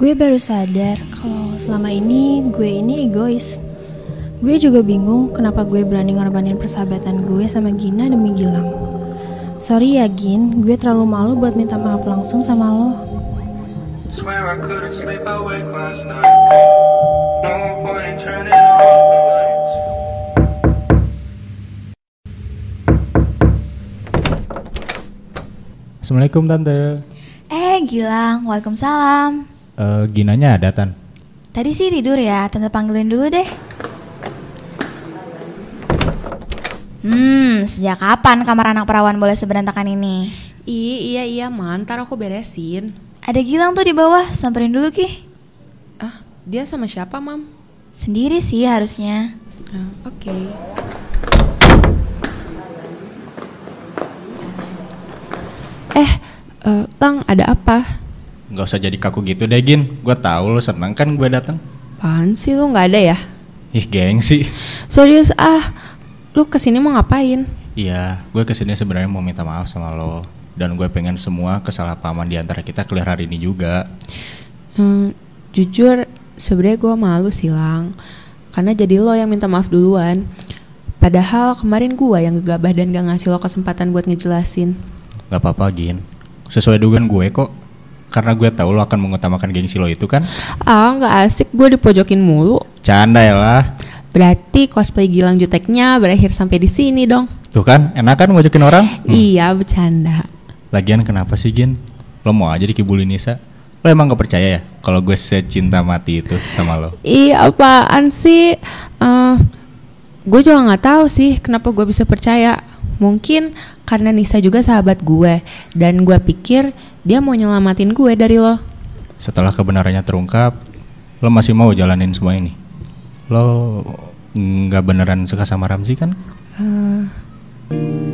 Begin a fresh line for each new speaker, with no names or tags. Gue baru sadar kalau selama ini gue ini egois. Gue juga bingung kenapa gue berani ngorbanin persahabatan gue sama Gina demi Gilang. Sorry ya Gin, gue terlalu malu buat minta maaf langsung sama lo.
Swear I couldn't sleep awake last night. No point in turning off the lights.
Assalamualaikum Tante.
Eh Gilang, Waalaikumsalam
Eh, ginanya ada Tan.
Tadi sih tidur ya, tante panggilin dulu deh Hmm, sejak kapan kamar anak perawan boleh seberantakan ini?
Ih, iya iya man, ntar aku beresin.
Ada Gilang tuh di bawah, samperin dulu Ki
Ah, dia sama siapa mam?
Sendiri sih harusnya
Ah, Oke. Eh, eh, Lang ada apa?
Nggak usah jadi kaku gitu deh Gin. Gue tahu lo seneng kan gue datang.
Apaan sih lu nggak ada ya?
Ih gengsi.
Serius ah, lu kesini mau ngapain?
Iya, gue kesini sebenarnya mau minta maaf sama lo. Dan gue pengen semua kesalahpahaman di antara kita clear hari ini juga.
Hmm, jujur, sebenarnya gue malu sih Lang, karena jadi lo yang minta maaf duluan. Padahal kemarin gue yang gegabah dan gak ngasih lo kesempatan buat ngejelasin.
Gak apa-apa Gin. Sesuai dugaan gue kok. Karena gue tahu lo akan mengutamakan gengsi lo itu kan.
Ah, nggak asik gue dipojokin mulu.
Canda ya lah.
Berarti cosplay Gilang Juteknya berakhir sampai di sini dong.
Tuh kan, enak kan mojokin orang? Hmm.
Iya, bercanda.
Lagian kenapa sih Gin? Lo mau aja dikibulin Nisa? Lo emang gak percaya ya kalau gue secinta mati itu sama lo?
Ih, apaan sih? Eh, gue juga nggak tahu sih kenapa gue bisa percaya. Mungkin karena Nisa juga sahabat gue dan gue pikir dia mau nyelamatin gue dari lo.
Setelah kebenarannya terungkap, lo masih mau jalanin semua ini? Lo nggak beneran suka sama Ramzi kan?
Eh,